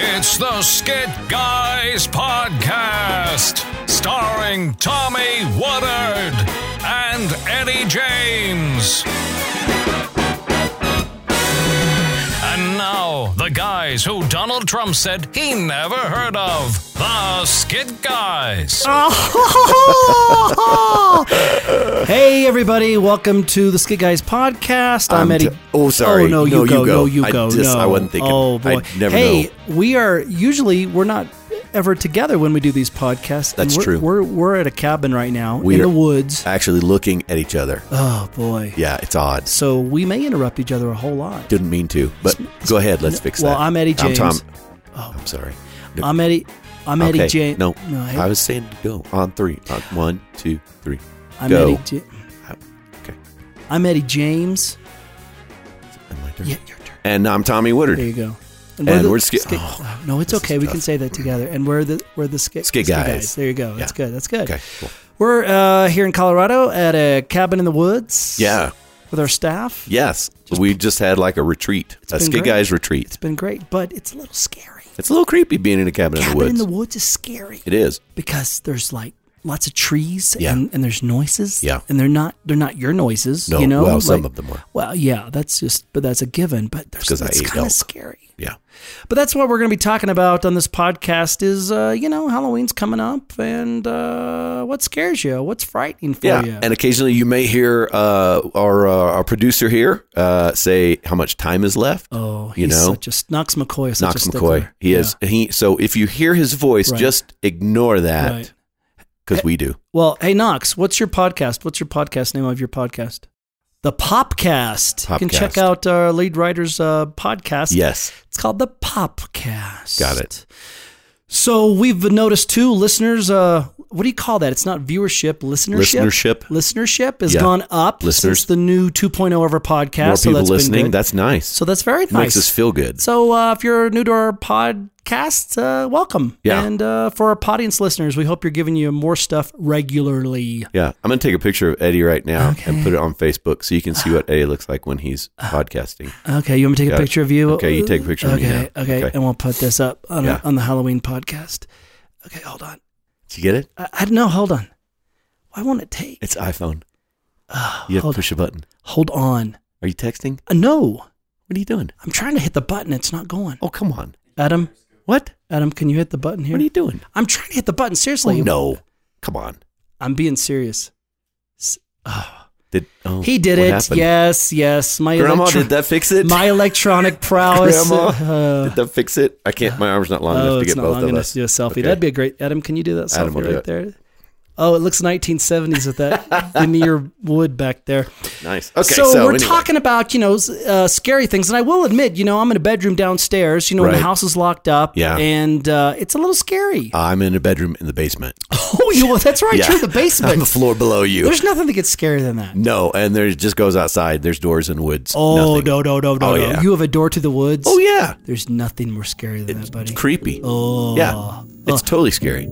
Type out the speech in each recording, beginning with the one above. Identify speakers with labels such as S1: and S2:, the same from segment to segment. S1: It's the Skit Guys Podcast, starring Tommy Woodard and Eddie James. And now, the guys who Donald Trump said he never heard of, the Skit Guys.
S2: Oh. hey everybody, welcome to the Skid Guys podcast. I'm,
S3: I'm
S2: Eddie.
S3: t- oh, sorry.
S2: Oh no, you,
S3: No,
S2: go.
S3: you go.
S2: No, you
S3: I
S2: go.
S3: just-
S2: no.
S3: I wasn't thinking.
S2: Oh boy.
S3: I never
S2: hey,
S3: know.
S2: we are usually we're not ever together when we do these podcasts. and
S3: That's
S2: we're,
S3: true.
S2: We're we're at a cabin right now
S3: We
S2: in the
S3: are-
S2: woods.
S3: Actually, looking at each other.
S2: Oh boy.
S3: Yeah, it's odd.
S2: So we may interrupt each other a whole lot.
S3: Didn't mean to, but go ahead. Let's fix
S2: well,
S3: that.
S2: I'm Eddie
S3: I'm
S2: James.
S3: Tom. Oh. I'm sorry.
S2: I'm Eddie. I'm Eddie
S3: okay.
S2: James.
S3: No,
S2: no
S3: I,
S2: I,
S3: was saying to go on three. On one, two, three.
S2: am
S3: go.
S2: Eddie. Ja-
S3: Okay.
S2: I'm Eddie James.
S3: And my turn.
S2: Yeah, your turn.
S3: And I'm Tommy
S2: There
S3: Woodard.
S2: you go.
S3: And
S2: the
S3: we're ski-
S2: oh, no, it's
S3: this
S2: okay.
S3: is
S2: We
S3: tough.
S2: can say that together. And we're the we're the skit,
S3: Skit
S2: skit
S3: guys.
S2: There you go. That's
S3: Yeah.
S2: good. That's good.
S3: Okay, cool.
S2: We're uh, here in Colorado at a cabin in the woods.
S3: Yeah.
S2: With our staff.
S3: Yes. we just had like a retreat, a
S2: been
S3: skid
S2: great.
S3: guys retreat.
S2: It's been great, but it's a little scary.
S3: It's a little creepy being in a cabin in the
S2: cabin
S3: woods.
S2: in the woods is scary
S3: it is.
S2: because there's like lots of trees
S3: Yeah.
S2: and, and there's noises.
S3: Yeah.
S2: And they're not they're not your noises.
S3: No,
S2: You know.
S3: well, some
S2: Like-
S3: of them were.
S2: Well, yeah, that's just but that's a given. But there's
S3: 'cause I
S2: it's
S3: ate
S2: kind
S3: elk.
S2: of scary.
S3: Yeah.
S2: But that's what we're going to be talking about on this podcast is, uh, you know, Halloween's coming up and uh, what scares you? What's frightening for
S3: Yeah,
S2: you?
S3: and occasionally you may hear uh, our uh, our producer here uh, say how much time is left.
S2: oh, he's
S3: you know,
S2: such a, Knox McCoy is such
S3: Knox
S2: a
S3: McCoy.
S2: stickler.
S3: He is he. So if you hear his voice,
S2: Right.
S3: just ignore
S2: Yeah,
S3: that
S2: right.
S3: because we do.
S2: Well, hey, Knox, what's your podcast? What's your podcast name of your podcast? The Popcast. You can check
S3: Popcast.
S2: out our lead writer's uh, podcast.
S3: Yes,
S2: It's called the Popcast.
S3: Got it.
S2: So we've noticed too, listeners. Uh, what do you call that? It's not viewership, listenership.
S3: Listenership.
S2: Listenership has
S3: Yeah.
S2: gone up
S3: Listeners.
S2: since the new 2.0 of our podcast.
S3: more
S2: so
S3: people
S2: that's Been
S3: listening.
S2: good.
S3: That's nice.
S2: so that's very nice.
S3: Makes us feel good.
S2: so uh, if you're new to our podcast, uh, welcome.
S3: Yeah.
S2: And uh, for our audience listeners, we hope you're giving you more stuff regularly.
S3: yeah, I'm going to take a picture of Eddie right now and put it on Facebook so you can see what Eddie looks like when he's
S2: Uh,
S3: podcasting.
S2: Okay, you want me to take
S3: Got
S2: a
S3: it.
S2: picture of you?
S3: Okay, you take a picture of me
S2: okay,
S3: now.
S2: Okay,
S3: Okay.
S2: and we'll put this up on,
S3: Yeah.
S2: on the Halloween podcast. Okay, hold on.
S3: Did you get it?
S2: I, I no, hold on. Why won't it take?
S3: It's iPhone. you have to
S2: Uh, hold
S3: push a button.
S2: Hold on.
S3: Are you texting?
S2: Uh, no,
S3: What are you doing?
S2: I'm trying to hit the button. It's not going.
S3: Oh, come on.
S2: Adam,
S3: What?
S2: Adam, can you hit the button here?
S3: What are you doing?
S2: I'm trying to hit the button.
S3: Oh,
S2: Seriously.
S3: no. Come on.
S2: I'm being serious. S- oh.
S3: Did oh,
S2: He did
S3: what
S2: it.
S3: happened?
S2: Yes, yes. My
S3: Grandma,
S2: electro-
S3: did that fix it?
S2: My electronic prowess.
S3: Grandma,
S2: Uh,
S3: did that fix it? I can't. My arm's not long
S2: oh,
S3: enough to
S2: it's
S3: get
S2: not
S3: both
S2: long
S3: of
S2: enough
S3: us.
S2: to do a selfie.
S3: Okay.
S2: That'd be a great. Adam, can you do that selfie
S3: Adam will do
S2: right
S3: it.
S2: there? Oh, it looks 1970s with that veneer wood back there.
S3: nice. Okay,
S2: so,
S3: so,
S2: we're
S3: anyway.
S2: talking about you know s- uh, scary things, and I will admit, you know, I'm in a bedroom downstairs. You know, when the
S3: Right.
S2: house is locked up,
S3: Yeah.
S2: and uh, it's a little scary.
S3: I'm in a bedroom in the basement.
S2: oh, you, well, that's right.
S3: Yeah.
S2: You're in the basement.
S3: I'm the floor below you.
S2: There's nothing that gets scarier than that.
S3: No, and there it just goes outside. There's doors and woods.
S2: Oh
S3: nothing.
S2: no no no no! no.
S3: Oh, yeah.
S2: You have a door to the woods.
S3: Oh yeah,
S2: There's nothing more scary than that, buddy.
S3: it's creepy. Oh yeah, it's totally scary.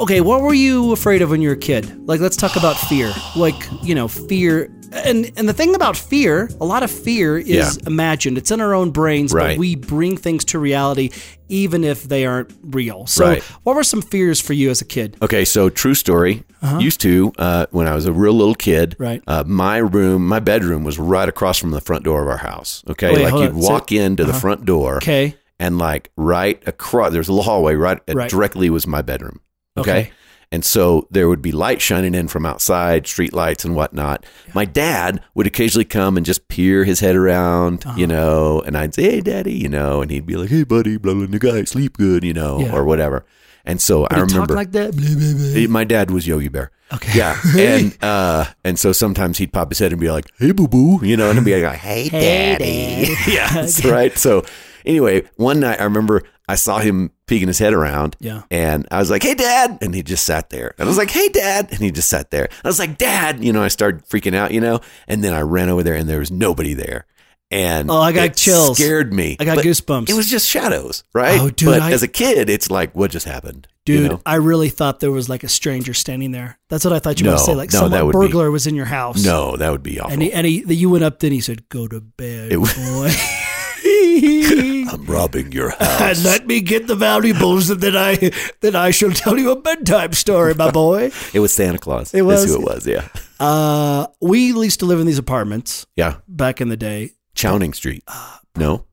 S2: okay, what were you afraid of when you were a kid? Like, let's talk about fear. Like, you know, fear. And and the thing about fear, a lot of fear is
S3: Yeah.
S2: imagined. It's in our own brains, but
S3: Right.
S2: we bring things to reality, even if they aren't real. So,
S3: Right.
S2: what were some fears for you as a kid?
S3: Okay, so true story. Used to uh, when I was a real little kid.
S2: Uh-huh. Right.
S3: Uh, my room, my bedroom was right across from the front door of our house. Okay,
S2: Wait,
S3: like
S2: hold
S3: you'd
S2: on. So- Uh-huh.
S3: walk into the front door.
S2: Okay,
S3: and like right across there's a little hallway right, uh,
S2: Right.
S3: directly was my bedroom okay?
S2: Okay.
S3: and so there would be light shining in from outside street lights and whatnot my dad would occasionally come and just peer his head around
S2: Uh-huh.
S3: you know and i'd say hey daddy you know and he'd be like hey buddy blah blah blah guy sleep good you know
S2: Yeah.
S3: or whatever and so
S2: Did
S3: i
S2: he talk
S3: remember
S2: like that. Blah, blah, blah.
S3: he- my dad was Yogi Bear.
S2: Okay.
S3: Yeah. And uh, and so sometimes he'd pop his head and be like, "Hey, boo boo," you know, and I'd be like, "Hey, daddy." yeah. That's right. So anyway, one night I remember I saw him peeking his head around.
S2: Yeah.
S3: And I was like, "Hey, dad," and he just sat there. And I was like, "Hey, dad," and he just sat there. I was like, "Dad," you know. I started freaking out, you know. And then I ran over there, and there was nobody there. And
S2: Oh, I got
S3: it
S2: chills.
S3: Scared me.
S2: I got
S3: But
S2: goosebumps.
S3: It was just shadows, right?
S2: Oh, dude,
S3: But
S2: I-
S3: as a kid, it's like, what just happened, You
S2: Dude,
S3: know?
S2: I really thought there was like a stranger standing there. That's what I thought you were
S3: No,
S2: going to say. Like
S3: no,
S2: some
S3: that would be-
S2: burglar was in your house.
S3: No, that would be awful.
S2: And he, and he, you went up then he said, "Go to bed,
S3: It
S2: boy."
S3: I'm robbing your house.
S2: And let me get the valuables, and then I then I shall tell you a bedtime story, my boy.
S3: it was Santa Claus.
S2: It
S3: That's
S2: was?
S3: who it was. Yeah.
S2: Uh, we used to live in these apartments
S3: Yeah.
S2: back in the day.
S3: Chowning Street.
S2: Uh,
S3: No.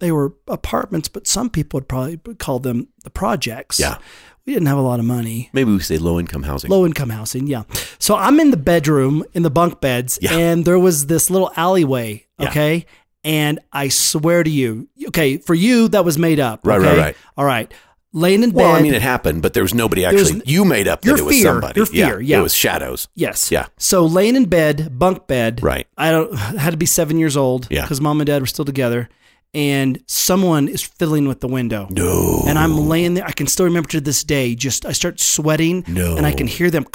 S2: They were apartments, but some people would probably call them the projects.
S3: Yeah.
S2: we didn't have a lot of money.
S3: Maybe we say low income housing.
S2: Low income housing, yeah. So I'm in the bedroom in the bunk beds,
S3: Yeah.
S2: and there was this little alleyway,
S3: Yeah.
S2: okay? And I swear to you, okay, for you, that was made up.
S3: Right, right,
S2: okay?
S3: right.
S2: All right. Laying in bed.
S3: well, I mean, it happened, but there was nobody
S2: was-
S3: actually. you made up that
S2: your
S3: it was
S2: fear,
S3: somebody.
S2: your fear, yeah.
S3: It was shadows.
S2: yes.
S3: Yeah.
S2: So laying in bed, bunk bed.
S3: Right.
S2: I don't had to be seven years old
S3: Yeah.
S2: because mom and dad were still together, and someone is fiddling with the window.
S3: No.
S2: And I'm laying there. I can still remember to this day. Just I start sweating,
S3: No.
S2: and I can hear them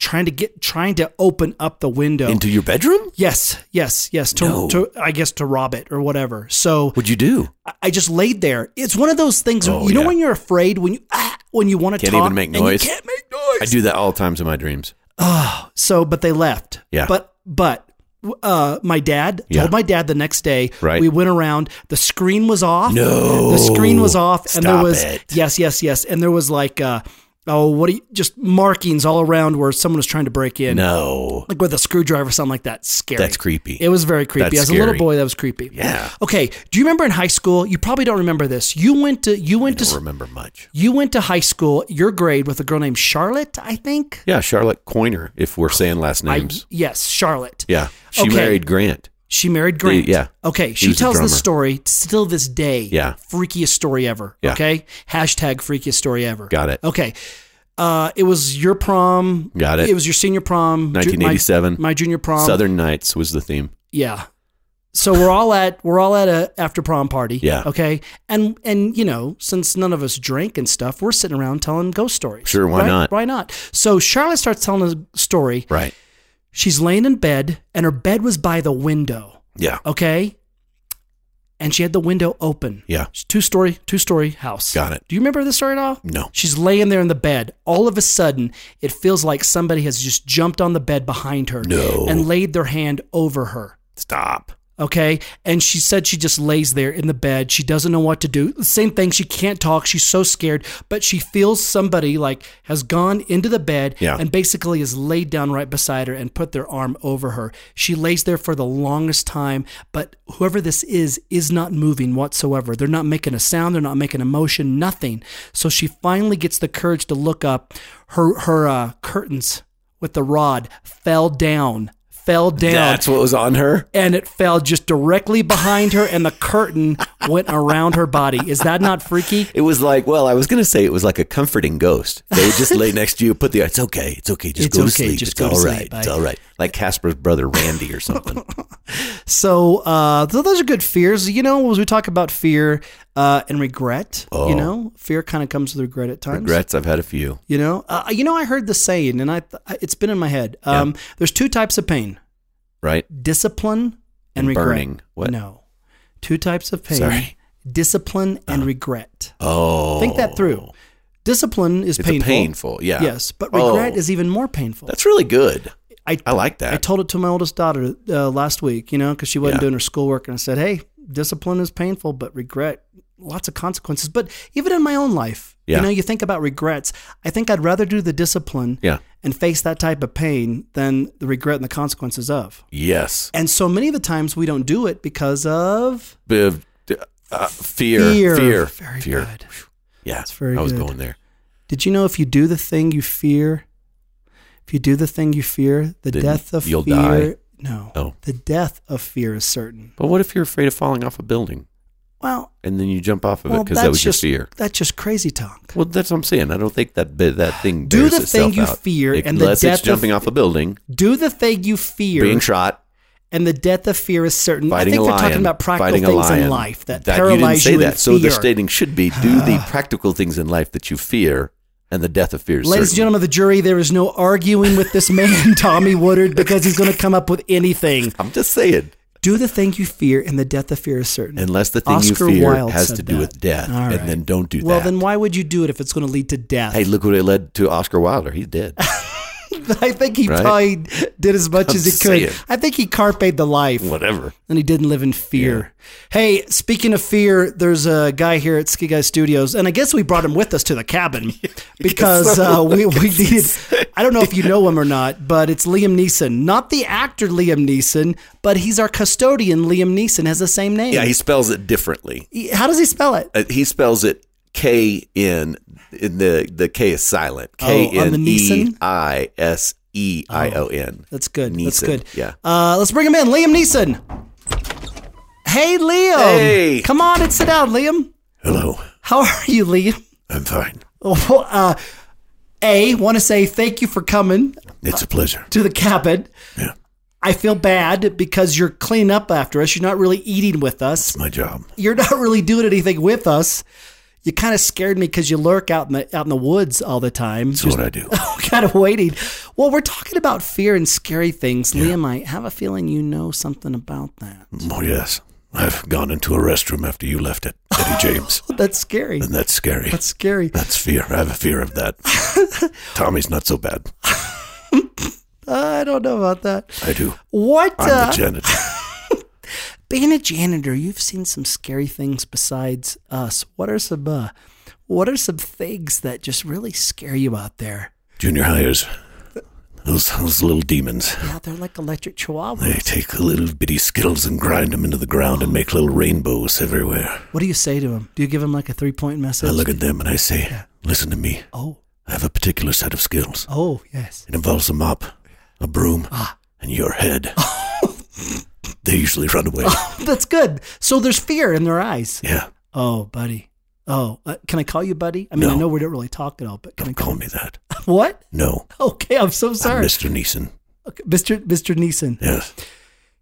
S2: trying to get trying to open up the window.
S3: Into your bedroom?
S2: yes, yes, yes. To,
S3: No.
S2: to I guess to rob it or whatever. So
S3: What'd you do?
S2: I- I just laid there. It's one of those things.
S3: Oh,
S2: you know
S3: yeah.
S2: when you're afraid when you ah, when you want to
S3: Can't
S2: talk
S3: even make
S2: and you
S3: noise.
S2: can't make noise.
S3: I do that all the times in my dreams.
S2: So, but they left.
S3: Yeah.
S2: But, but, uh, my dad told
S3: Yeah.
S2: my dad the next day.
S3: Right.
S2: We went around. The screen was off.
S3: No.
S2: The screen was off, and there
S3: Stop
S2: was
S3: it.
S2: yes, yes, yes, and there was like, uh, oh, what? Are you, just markings all around where someone was trying to break in,
S3: No.
S2: like with a screwdriver or something like that. Scary.
S3: That's creepy.
S2: It was very creepy.
S3: That's
S2: As a little
S3: scary.
S2: boy, that was creepy.
S3: Yeah.
S2: Okay. Do you remember in high school? You probably don't remember this. You went to you went
S3: I don't
S2: to
S3: remember much.
S2: you went to high school. Your grade with a girl named Charlotte, I think.
S3: Yeah, Charlotte Coiner, if we're saying last
S2: I-
S3: names.
S2: yes, Charlotte.
S3: yeah. She
S2: Okay.
S3: married Grant.
S2: She married Grant.
S3: yeah.
S2: Okay.
S3: was
S2: She
S3: a
S2: tells
S3: drummer.
S2: this story still this day.
S3: Yeah.
S2: Freakiest story ever.
S3: Yeah.
S2: Okay. Hashtag freakiest story ever.
S3: Got it.
S2: Okay. Uh, it was your prom.
S3: Got it.
S2: It was your senior prom. ju- my-
S3: 1987.
S2: My, junior prom.
S3: Southern Nights was the theme.
S2: Yeah. So we're all at we're all at a after prom party.
S3: Yeah.
S2: Okay. And and you know since none of us drink and stuff, we're sitting around telling ghost stories.
S3: Sure, why
S2: right?
S3: not?
S2: Why not? So Charlotte starts telling a story.
S3: Right.
S2: She's laying in bed, and her bed was by the window
S3: Yeah.
S2: okay? And she had the window open.
S3: Yeah.
S2: Two story, two story house.
S3: Got it.
S2: Do you remember this story at all?
S3: No.
S2: She's laying there in the bed. All of a sudden, it feels like somebody has just jumped on the bed behind her
S3: No.
S2: and laid their hand over her.
S3: Stop.
S2: Okay. And she said she just lays there in the bed. She doesn't know what to do. Same thing. She can't talk. She's so scared, but she feels somebody like has gone into the bed
S3: Yeah.
S2: and basically is laid down right beside her and put their arm over her. She lays there for the longest time, but whoever this is, is not moving whatsoever. They're not making a sound. They're not making a motion, nothing. So she finally gets the courage to look up. Her, her uh, curtains with the rod fell down. Fell down
S3: That's what was on her?
S2: and it fell just directly behind her, and the curtain went around her body. Is that not freaky?
S3: It was like, well, I was going to say it was like a comforting ghost. They would just lay next to you, put the, it's okay, it's okay, just
S2: It's
S3: go to
S2: okay,
S3: sleep.
S2: just
S3: it's
S2: go
S3: all
S2: to
S3: right.
S2: sleep,
S3: It's
S2: bye.
S3: all right. Like Casper's brother, Randy, or something.
S2: So, uh, so those are good fears. You know, as we talk about fear uh, and regret,
S3: Oh.
S2: you know, fear kind of comes with regret at times.
S3: Regrets, I've had a few.
S2: You know, uh, you know, I heard the saying, and I th- it's been in my head. Um, There's two types of pain:
S3: Right?
S2: discipline and,
S3: And
S2: regret.
S3: burning. What?
S2: No, two types of pain:
S3: Sorry. Uh-huh.
S2: discipline and regret.
S3: Oh.
S2: Think that through. Discipline is
S3: It's
S2: painful.
S3: a painful. Yeah.
S2: Yes, but regret
S3: Oh.
S2: is even more painful.
S3: That's really good.
S2: I
S3: I like that.
S2: I told it to my oldest daughter uh, last week, you know, because she wasn't
S3: Yeah.
S2: doing her schoolwork, and I said, "Hey, discipline is painful, but regret, lots of consequences." But even in my own life,
S3: Yeah.
S2: you know, you think about regrets. I think I'd rather do the discipline
S3: yeah.
S2: and face that type of pain than the regret and the consequences of.
S3: Yes.
S2: And so many of the times we don't do it because of
S3: Bit of, uh, fear.
S2: fear.
S3: Fear.
S2: Very good.
S3: Yeah.
S2: very
S3: I was
S2: good.
S3: going there.
S2: Did you know if you do the thing you fear, if you do the thing you fear, the
S3: Then
S2: death of
S3: you'll
S2: fear? No.
S3: Oh.
S2: The death of fear is certain.
S3: But what if you're afraid of falling off a building
S2: Well,
S3: and then you jump off of it
S2: well,
S3: because that
S2: that's
S3: was
S2: just
S3: your fear?
S2: that's just crazy talk.
S3: Well, that's what I'm saying. I don't think that bit, that thing
S2: Do
S3: bears
S2: the thing
S3: itself
S2: you
S3: out.
S2: fear and the
S3: unless
S2: death
S3: it's
S2: of-
S3: jumping off a building,
S2: Do the thing you fear,
S3: being shot,
S2: and the death of fear is certain.
S3: fighting
S2: I think
S3: a
S2: they're
S3: lion,
S2: talking about practical
S3: fighting a
S2: things in
S3: lion.
S2: life that,
S3: you didn't
S2: paralyze
S3: say
S2: you,
S3: that.
S2: in
S3: So the
S2: fear.
S3: stating should be: do the practical things in life that you fear, and the death of fear. is
S2: Ladies and
S3: certain.
S2: gentlemen of the jury, there is no arguing with this man, Tommy Woodard, because he's going to come up with anything.
S3: I'm just saying,
S2: Do the thing you fear, and the death of fear is certain.
S3: unless the thing
S2: Oscar
S3: you fear
S2: Wilde
S3: has
S2: said
S3: to do
S2: that.
S3: with death,
S2: All right.
S3: and then don't do
S2: well,
S3: that.
S2: then why would you do it if it's going to lead to death?
S3: hey, look what it led to Oscar Wilder. He's dead.
S2: I think he
S3: Right?
S2: probably did as much
S3: I'm
S2: as he
S3: saying.
S2: could. I think he carped the life.
S3: Whatever.
S2: And he didn't live in fear. Hey, speaking of fear, there's a guy here at Ski Guy Studios, and I guess we brought him with us to the cabin because uh, we, we needed. I don't know if you know him or not, but it's Liam Neeson, not the actor Liam Neeson, but he's our custodian. Liam Neeson has the same name.
S3: Yeah, he spells it differently.
S2: He- How does he spell it?
S3: Uh, He spells it K N. In the the K is silent. K
S2: Oh, on the
S3: N E
S2: Neeson? Oh.
S3: I S E I O N.
S2: That's good. That's
S3: Neeson,
S2: good.
S3: yeah.
S2: Uh, let's bring him in, Liam Neeson. Hey, Liam.
S3: Hey.
S2: Come on and sit down, Liam.
S3: Hello,
S2: How are you, Liam?
S3: I'm fine.
S2: Well, uh, a want to say thank you for coming
S3: It's a pleasure.
S2: to the cabin.
S3: Yeah.
S2: I feel bad because you're cleaning up after us. You're not really eating with us.
S3: My job.
S2: You're not really doing anything with us. You kind of scared me because you lurk out in the out in the woods all the time,
S3: That's what I do.
S2: kind of waiting. Well, we're talking about fear and scary things, Liam. I have a feeling you know something about that.
S3: Mm.
S4: Oh, yes. I've gone into a restroom after you left it, Eddie James.
S2: That's scary.
S4: and that's scary.
S2: That's scary.
S4: That's fear. I have a fear of that. Tommy's not so bad.
S2: I don't know about that.
S4: I do.
S2: What?
S4: I'm
S2: uh,
S4: the janitor.
S2: being a janitor, you've seen some scary things besides us. What are some uh, what are some things that just really scare you out there?
S4: Junior hires. Those, those little demons.
S2: Yeah, they're like electric chihuahuas.
S4: They take little bitty skittles and grind them into the ground and make little rainbows everywhere.
S2: What do you say to them? Do you give them like a three point message?
S4: I look at them and I say, listen to me.
S2: oh,
S4: I have a particular set of skills.
S2: oh, yes.
S4: It involves a mop, a broom, and your head. they usually run away.
S2: That's good. So there's fear in their eyes.
S4: Yeah.
S2: Oh, buddy. Oh, uh, can I call you buddy? I mean, I
S4: No.
S2: know we don't really talk at all, but can I
S4: Don't
S2: call
S4: call me that.
S2: What?
S4: No.
S2: Okay, I'm so
S4: I'm
S2: sorry.
S4: Mr. Neeson.
S2: Okay, Mr. Mr. Neeson.
S4: Yes.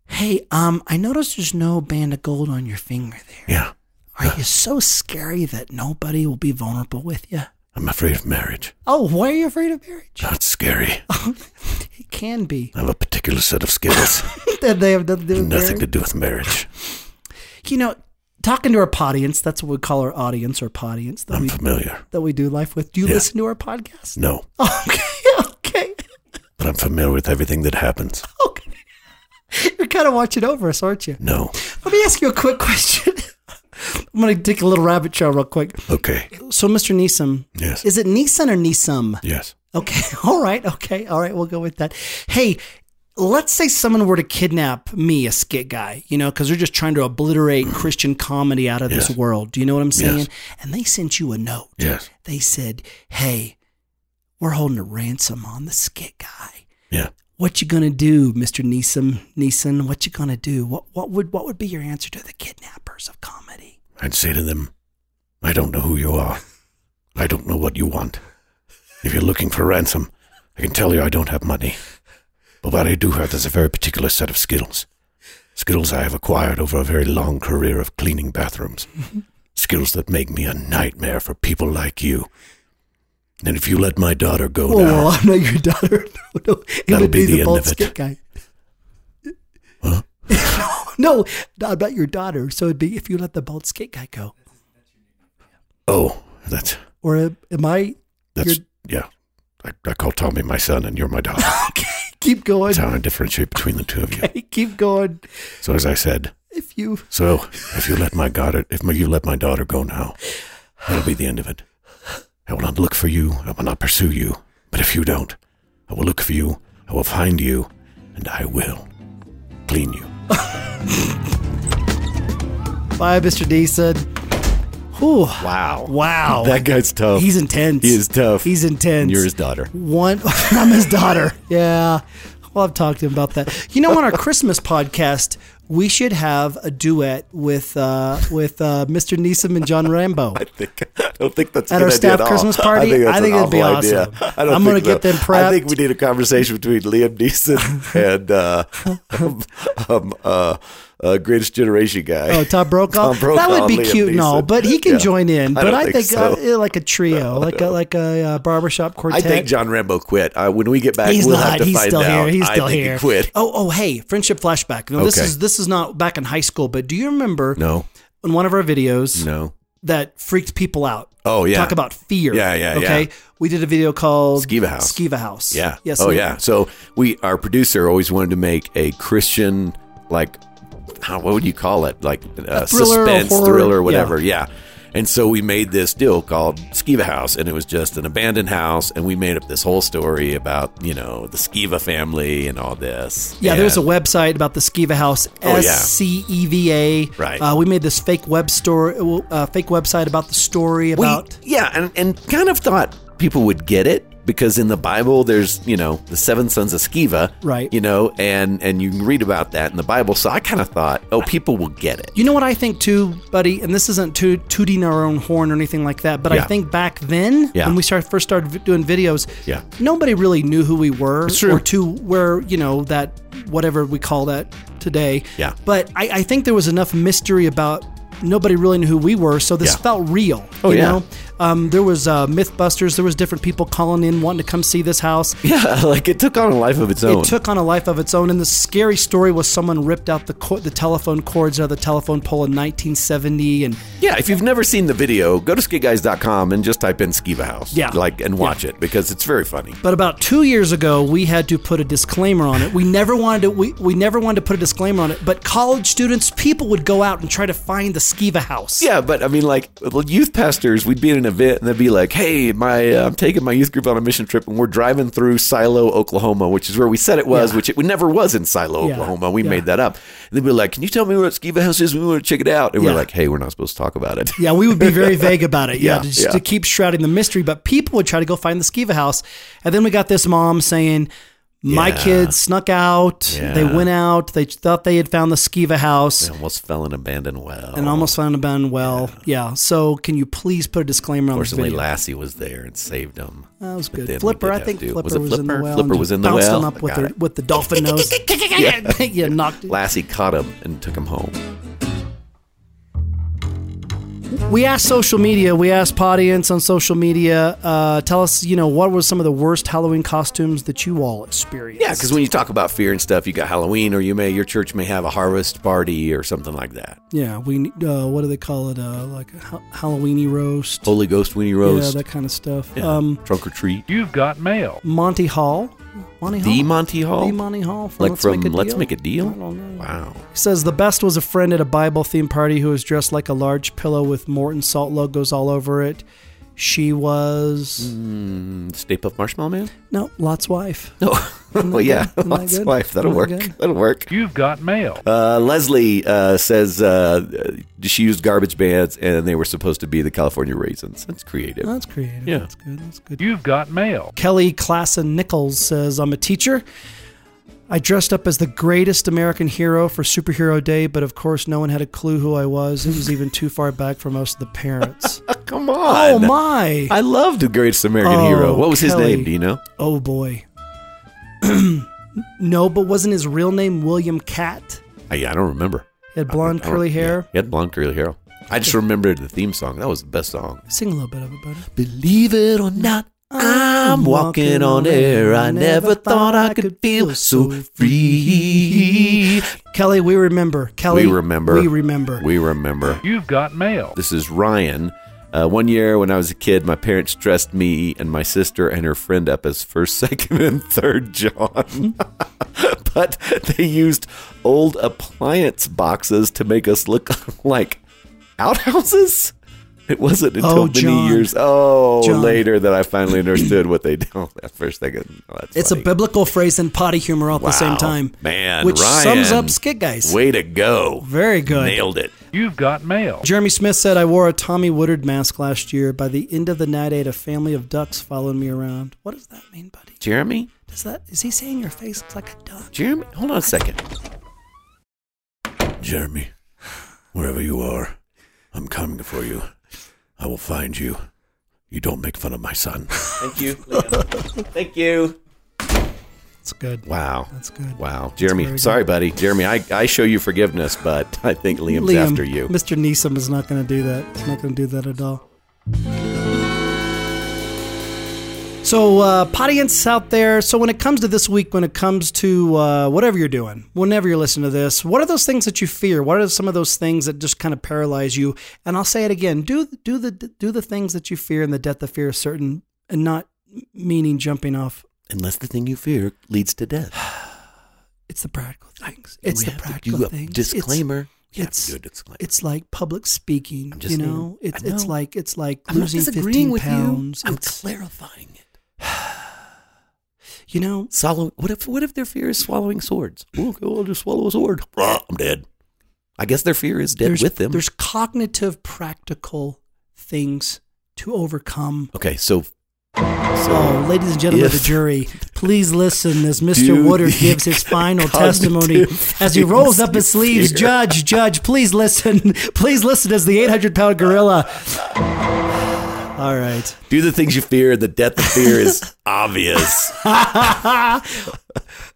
S2: Hey, um, I noticed there's no band of gold on your finger there.
S4: Yeah.
S2: Are you so scary that nobody will be vulnerable with you?
S4: I'm afraid of marriage.
S2: Oh, why are you afraid of marriage?
S4: That's scary.
S2: It can be.
S4: I have a particular set of skills.
S2: That they have nothing to do with
S4: Nothing to
S2: marriage.
S4: do with marriage.
S2: You know, talking to our audience, that's what we call our audience or audience that
S4: I'm
S2: we
S4: familiar.
S2: that we do life with. Do you
S4: Yeah.
S2: listen to our podcast?
S4: No,
S2: Okay, okay.
S4: but I'm familiar with everything that happens.
S2: Okay. You're kind of watching over us, aren't you?
S4: No.
S2: Let me ask you a quick question. I'm gonna take a little rabbit trail real quick.
S4: Okay.
S2: So Mr. Neeson.
S4: Yes.
S2: Is it Neeson or Neesum?
S4: Yes.
S2: Okay. All right. Okay. All right. We'll go with that. Hey, let's say someone were to kidnap me, a skit guy, you know, because they're just trying to obliterate Christian comedy out of this
S4: Mm. Yes.
S2: world. Do you know what I'm saying?
S4: Yes.
S2: And they sent you a note.
S4: Yes.
S2: They said, hey, we're holding a ransom on the skit guy.
S4: Yeah.
S2: What you gonna do, Mr. Neeson? Neeson, what you gonna do? What what would what would be your answer to the kidnappers of comedy?
S4: I'd say to them, I don't know who you are. I don't know what you want. If you're looking for ransom, I can tell you I don't have money. But what I do have is a very particular set of skills. Skills I have acquired over a very long career of cleaning bathrooms. skills that make me a nightmare for people like you. And if you let my daughter go
S2: Oh,
S4: now,
S2: I'm not your daughter. No, no. It
S4: That'll
S2: would
S4: be
S2: be,
S4: the
S2: the,
S4: end
S2: bald
S4: of it.
S2: skit guy. no, no, I'm not your daughter. So it'd be if you let the bald skit guy go.
S4: oh, that's
S2: Or am am I?
S4: that's yeah. I, I call Tommy my son, and you're my daughter.
S2: Okay, keep going.
S4: that's how I differentiate between the two of you.
S2: Keep going.
S4: So as I said,
S2: If you,
S4: So if you let my daughter, if you let my daughter go now, that'll be the end of it. I will not look for you. I will not pursue you. But if you don't, I will look for you. I will find you, and I will clean you.
S2: bye, Mr. Decent. Whew.
S3: Wow.
S2: Wow.
S3: That guy's tough.
S2: He's intense.
S3: He is tough.
S2: He's intense.
S3: And you're his daughter.
S2: One, I'm his daughter. Yeah. Well, I've talked to him about that. You know, on our Christmas podcast, we should have a duet with uh, with uh, Mr. Neeson and John Rambo.
S3: I think I don't think that's a
S2: At
S3: good
S2: our
S3: idea
S2: staff
S3: all.
S2: Christmas party? I
S3: an
S2: think it'd be
S3: awful idea.
S2: awesome.
S3: I don't
S2: I'm gonna
S3: think so.
S2: get them
S3: I think
S2: prepped.
S3: we need a conversation between Liam Neeson and uh, um, um, uh, uh, Greatest Generation guy.
S2: Oh, Tom Brokaw.
S3: Tom Brokaw
S2: that would be
S3: and Liam
S2: cute and all,
S3: Neeson.
S2: but he can
S3: Yeah.
S2: join in.
S3: I
S2: But
S3: don't
S2: I think,
S3: think so.
S2: uh, yeah, like a trio, like a like a uh, barbershop
S3: I
S2: quartet.
S3: think John Rambo quit. Uh, when we get back,
S2: He's
S3: we'll
S2: not.
S3: have to
S2: He's
S3: find
S2: still
S3: out.
S2: here. He's
S3: I
S2: still
S3: think
S2: here.
S3: He quit.
S2: Oh, oh, hey, friendship flashback. No, this
S3: Okay.
S2: is this is not back in high school, but do you remember
S3: No,
S2: in one of our videos?
S3: no.
S2: that freaked people out.
S3: Oh, yeah.
S2: Talk about fear.
S3: Yeah, yeah,
S2: Okay.
S3: yeah.
S2: We did a video called
S3: Skiva House.
S2: Skiva House.
S3: Yeah.
S2: Yes.
S3: Oh
S2: and-
S3: yeah. So we our producer always wanted to make a Christian like how, what would you call it? Like uh,
S2: thriller or
S3: suspense
S2: horror.
S3: thriller whatever. Yeah. And so we made this deal called Skiva House, and it was just an abandoned house, and we made up this whole story about you know the Skiva family and all this.
S2: Yeah,
S3: and,
S2: there's a website about the Skiva House.
S3: Oh,
S2: S
S3: yeah.
S2: C E V A.
S3: Right.
S2: Uh, we made this fake web store, uh, fake website about the story
S3: we,
S2: about.
S3: yeah, and and kind of thought people would get it because in the Bible there's you know the seven sons of Skiva,
S2: Right.
S3: You know, and and you can read about that in the Bible. So I kind of thought, oh, people will get it.
S2: You know what I think too, buddy, and this isn't to tooting our own horn or anything like that, but I
S3: Yeah.
S2: think back then
S3: Yeah.
S2: when we started first started vi- doing videos,
S3: Yeah.
S2: nobody really knew who we were
S3: true.
S2: or to where you know that whatever we call that today.
S3: Yeah.
S2: But I, I think there was enough mystery about nobody really knew who we were, so this
S3: Yeah.
S2: felt real.
S3: Oh,
S2: you
S3: yeah.
S2: know? Um, there was uh, MythBusters. There was different people calling in wanting to come see this house.
S3: Yeah, like it took on a life of its own.
S2: It took on a life of its own, and the scary story was someone ripped out the co- the telephone cords out of the telephone pole in 1970, and
S3: yeah, if you've never seen the video, go to skidguys.com and just type in Skiva House.
S2: Yeah.
S3: Like, and watch it because it's very funny.
S2: But about two years ago, we had to put a disclaimer on it. We never wanted to. We, we never wanted to put a disclaimer on it. But college students, people would go out and try to find the Skiva house.
S3: Yeah, but I mean, like well, youth pastors, we'd be at an event and they'd be like, "Hey, my uh, I'm taking my youth group on a mission trip, and we're driving through Silo, Oklahoma, which is where we said it was,
S2: Yeah.
S3: which it never was in Silo,
S2: Yeah.
S3: Oklahoma. We
S2: Yeah.
S3: made that up." And they'd be like, "Can you tell me where Skiva House is? We want to check it out." And
S2: Yeah.
S3: we're like, "Hey, we're not supposed to talk about it."
S2: Yeah, we would be very vague about it. Yeah,
S3: Yeah,
S2: to, just,
S3: yeah.
S2: to keep shrouding the mystery. But people would try to go find the Skiva house, and then we got this mom saying, "My
S3: Yeah.
S2: kids snuck out. They
S3: Yeah.
S2: went out. They thought they had found the Skiva house."
S3: I almost fell in abandoned well.
S2: And almost found a band well. Yeah. So, can you please put a disclaimer on the
S3: Fortunately,
S2: video?
S3: Lassie was there and saved them.
S2: That was
S3: then we
S2: good. Flipper,
S3: did
S2: I
S3: have
S2: think
S3: to-
S2: Flipper was,
S3: was it
S2: in the
S3: Flipper?
S2: well.
S3: Flipper
S2: and
S3: was
S2: just
S3: in the
S2: bounced
S3: well?
S2: him up
S3: I
S2: with
S3: got
S2: the,
S3: it.
S2: with the dolphin nose. yeah. knocked it.
S3: Lassie caught him and took him home.
S2: We asked social media. We asked audience on social media. Uh, tell us, you know, what were some of the worst Halloween costumes that you all experienced?
S3: Yeah, because when you talk about fear and stuff, you got Halloween, or you may your church may have a harvest party or something like that.
S2: yeah, we uh, what do they call it? Uh, like a ha- Halloweeny roast.
S3: Holy Ghost Weenie
S2: Yeah,
S3: roast,
S2: that kind of stuff.
S3: Yeah.
S2: Um,
S3: trunk or treat.
S5: You've got mail.
S2: Monty Hall. Monty
S3: The
S2: Hall.
S3: Monty Hall,
S2: The Monty Hall. From
S3: like
S2: let's
S3: from
S2: make a
S3: Let's
S2: deal.
S3: Make a Deal.
S2: I don't know.
S3: Wow.
S2: He says the best was a friend at a Bible themed party who was dressed like a large pillow with Morton salt logos all over it. She was
S3: Mm, Stay Puft Marshmallow Man.
S2: no Lot's wife.
S3: No. well, yeah,
S2: good? Isn't that
S3: that's
S2: good?
S3: wife. That'll
S2: Isn't
S3: work.
S2: that good?
S3: That'll work.
S5: You've got mail.
S3: Uh, Leslie uh, says uh, she used garbage bags, and they were supposed to be the California raisins. That's creative.
S2: That's creative.
S3: Yeah.
S2: that's good. That's good.
S5: You've got mail.
S2: Kelly Klassen Nichols says I'm a teacher. I dressed up as the greatest American hero for Superhero Day, but of course, no one had a clue who I was. It was even too far back for most of the parents.
S3: Come
S2: oh
S3: on.
S2: my!
S3: I loved the Greatest American
S2: Oh,
S3: Hero. What was
S2: Kelly.
S3: his name? Do you know?
S2: Oh boy. no, but wasn't his real name William Cat?
S3: I, I don't remember.
S2: He had blonde
S3: I don't-
S2: curly
S3: yeah,
S2: hair.
S3: he had blonde curly hair. I just remembered the theme song. That was the best song.
S2: Sing a little bit of it, buddy.
S3: Believe it or not,
S2: I'm walking on air. I never thought I could feel so free. Kelly, we remember. Kelly,
S3: We remember.
S2: We remember.
S3: We remember.
S5: You've got mail.
S3: This is Ryan. Uh, one year when I was a kid, my parents dressed me and my sister and her friend up as first, second, and third John. but they used old appliance boxes to make us look like outhouses. It wasn't until
S2: Oh,
S3: many
S2: John.
S3: years oh
S2: John.
S3: later that I finally understood what they did. Oh, that first second. Oh, that's
S2: it's
S3: funny.
S2: a biblical phrase and potty humor all at the same
S3: Wow.
S2: time.
S3: Man,
S2: Which sums
S3: Ryan.
S2: up Skit Guys.
S3: way to go.
S2: Very good.
S3: Nailed it.
S5: You've got mail.
S2: Jeremy Smith said, I wore a Tommy Woodard mask last year. By the end of the night, I had a family of ducks following me around. What does that mean, buddy?
S3: Jeremy?
S2: Does that is he saying your face looks like a duck?
S3: Jeremy? Hold on a second.
S4: Jeremy, wherever you are, I'm coming for you. I will find you. You don't make fun of my son.
S3: Thank you. Thank you.
S2: That's good.
S3: Wow.
S2: That's good.
S3: Wow.
S2: very
S3: Jeremy,
S2: good.
S3: sorry, buddy. Jeremy, I, I show you forgiveness, but I think Liam's
S2: Liam,
S3: after you.
S2: Mr. Neeson is not going to do that. He's not going to do that at all. So, uh, audience out there, so when it comes to this week, when it comes to uh, whatever you're doing, whenever you're listening to this, what are those things that you fear? What are some of those things that just kind of paralyze you? And I'll say it again: do do the do the things that you fear, and the death of fear is certain, and not meaning jumping off.
S3: Unless the thing you fear leads to death.
S2: It's the practical things. It's
S3: We
S2: the
S3: have to
S2: practical
S3: do a
S2: things. It's-
S3: Disclaimer. We have to
S2: it's-
S3: do a disclaimer.
S2: It's like public speaking,
S3: I'm just
S2: you
S3: saying.
S2: know.
S3: I
S2: It's it's
S3: know.
S2: like it's like
S3: I'm not
S2: losing
S3: disagreeing
S2: fifteen
S3: with
S2: pounds.
S3: you. I'm
S2: It's-
S3: clarifying it.
S2: you know,
S3: Swallow. What if? What if their fear is swallowing swords? Okay, well, I'll just swallow a sword. Rah, I'm dead. I guess their fear is dead
S2: there's,
S3: with them.
S2: There's cognitive, practical things to overcome.
S3: Okay, so
S2: Oh, ladies and gentlemen of
S3: If-
S2: the jury, please listen as Mr.
S3: Do
S2: Woodard
S3: the
S2: gives his final testimony
S3: cognitive
S2: as he rolls up his
S3: things you
S2: sleeves.
S3: fear.
S2: Judge, judge, please listen. Please listen as the 800 pound gorilla. All right.
S3: do the things you fear. The death of fear is obvious.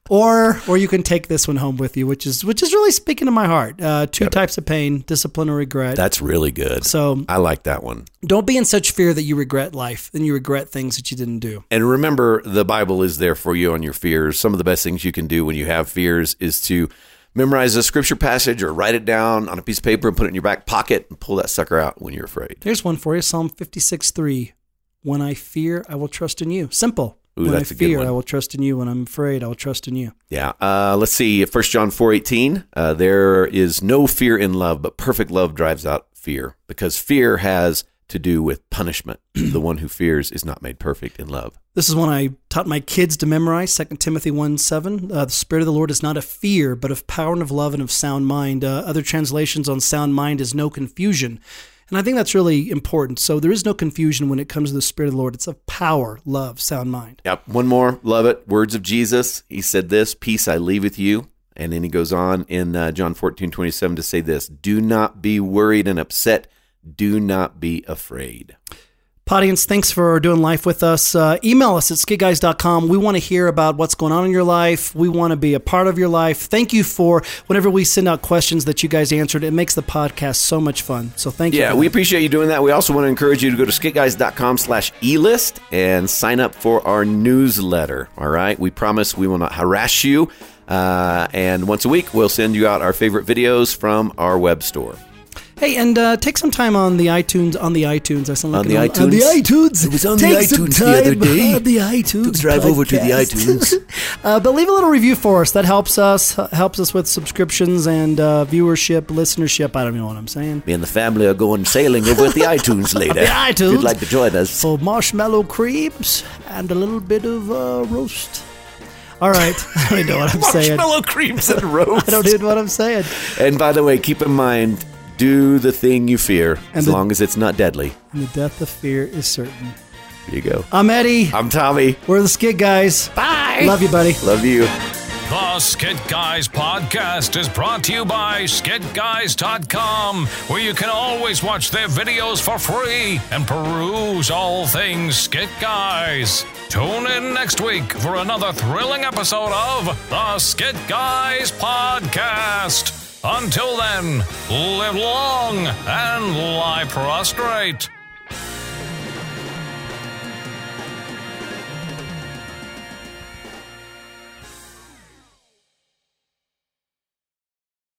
S2: Or, or you can take this one home with you, which is, which is really speaking to my heart. Uh, two types of pain, discipline or regret.
S3: That's really good.
S2: so
S3: I like that one.
S2: don't be in such fear that you regret life and you regret things that you didn't do.
S3: And remember, the Bible is there for you on your fears. Some of the best things you can do when you have fears is to memorize a scripture passage or write it down on a piece of paper and put it in your back pocket and pull that sucker out when you're afraid.
S2: Here's one for you Psalm 56 3. When I fear, I will trust in you. Simple.
S3: Ooh,
S2: when
S3: that's
S2: I
S3: a good
S2: fear,
S3: one.
S2: I will trust in you. When I'm afraid, I will trust in you.
S3: Yeah. Uh, let's see. First John four eighteen. Uh, there is no fear in love, but perfect love drives out fear because fear has to do with punishment. the one who fears is not made perfect in love.
S2: This is one I taught my kids to memorize 2 Timothy 1 7. Uh, the Spirit of the Lord is not of fear, but of power and of love and of sound mind. Uh, other translations on sound mind is no confusion. And I think that's really important. So there is no confusion when it comes to the Spirit of the Lord. It's of power, love, sound mind.
S3: Yep. One more. Love it. Words of Jesus. He said this Peace I leave with you. And then he goes on in uh, John 14, 27 to say this Do not be worried and upset. Do not be afraid.
S2: Podians, thanks for doing life with us. Uh, email us at skidguys.com. We want to hear about what's going on in your life. We want to be a part of your life. Thank you for whenever we send out questions that you guys answered. It makes the podcast so much fun. So thank you.
S3: Yeah,
S2: for
S3: we
S2: that.
S3: appreciate you doing that. We also want to encourage you to go to skitguys.com slash e-list and sign up for our newsletter. All right. We promise we will not harass you. Uh, and once a week, we'll send you out our favorite videos from our web store.
S2: Hey, and uh, take some time on the iTunes. On the iTunes, I sound like
S3: On the
S2: an old-
S3: iTunes?
S2: On the iTunes.
S3: It was on
S2: Take
S3: the
S2: some
S3: iTunes the other
S2: time
S3: day.
S2: On the iTunes.
S3: drive over to the
S2: podcast.
S3: iTunes.
S2: uh, but leave a little review for us. That helps us. Helps us with subscriptions and uh, viewership, listenership. I don't even know what I'm saying.
S3: Me and the family are going sailing over at the iTunes later.
S2: The
S3: If you'd
S2: iTunes.
S3: like to join us.
S2: for marshmallow creams and a little bit of uh, roast. All right, I don't even know what I'm saying. I
S3: marshmallow creams and roast.
S2: don't even know what I'm saying.
S3: and by the way, keep in mind, do the thing you fear, as
S2: the-
S3: long as it's not deadly.
S2: And the death of fear is certain.
S3: Here you go.
S2: I'm Eddie.
S3: I'm Tommy.
S2: We're the Skid Guys.
S3: Bye.
S2: Love you, buddy.
S3: Love you.
S1: The Skit Guys podcast is brought to you by skitguys.com, where you can always watch their videos for free and peruse all things Skit Guys. Tune in next week for another thrilling episode of The Skit Guys podcast. Until then, live long and lie prostrate.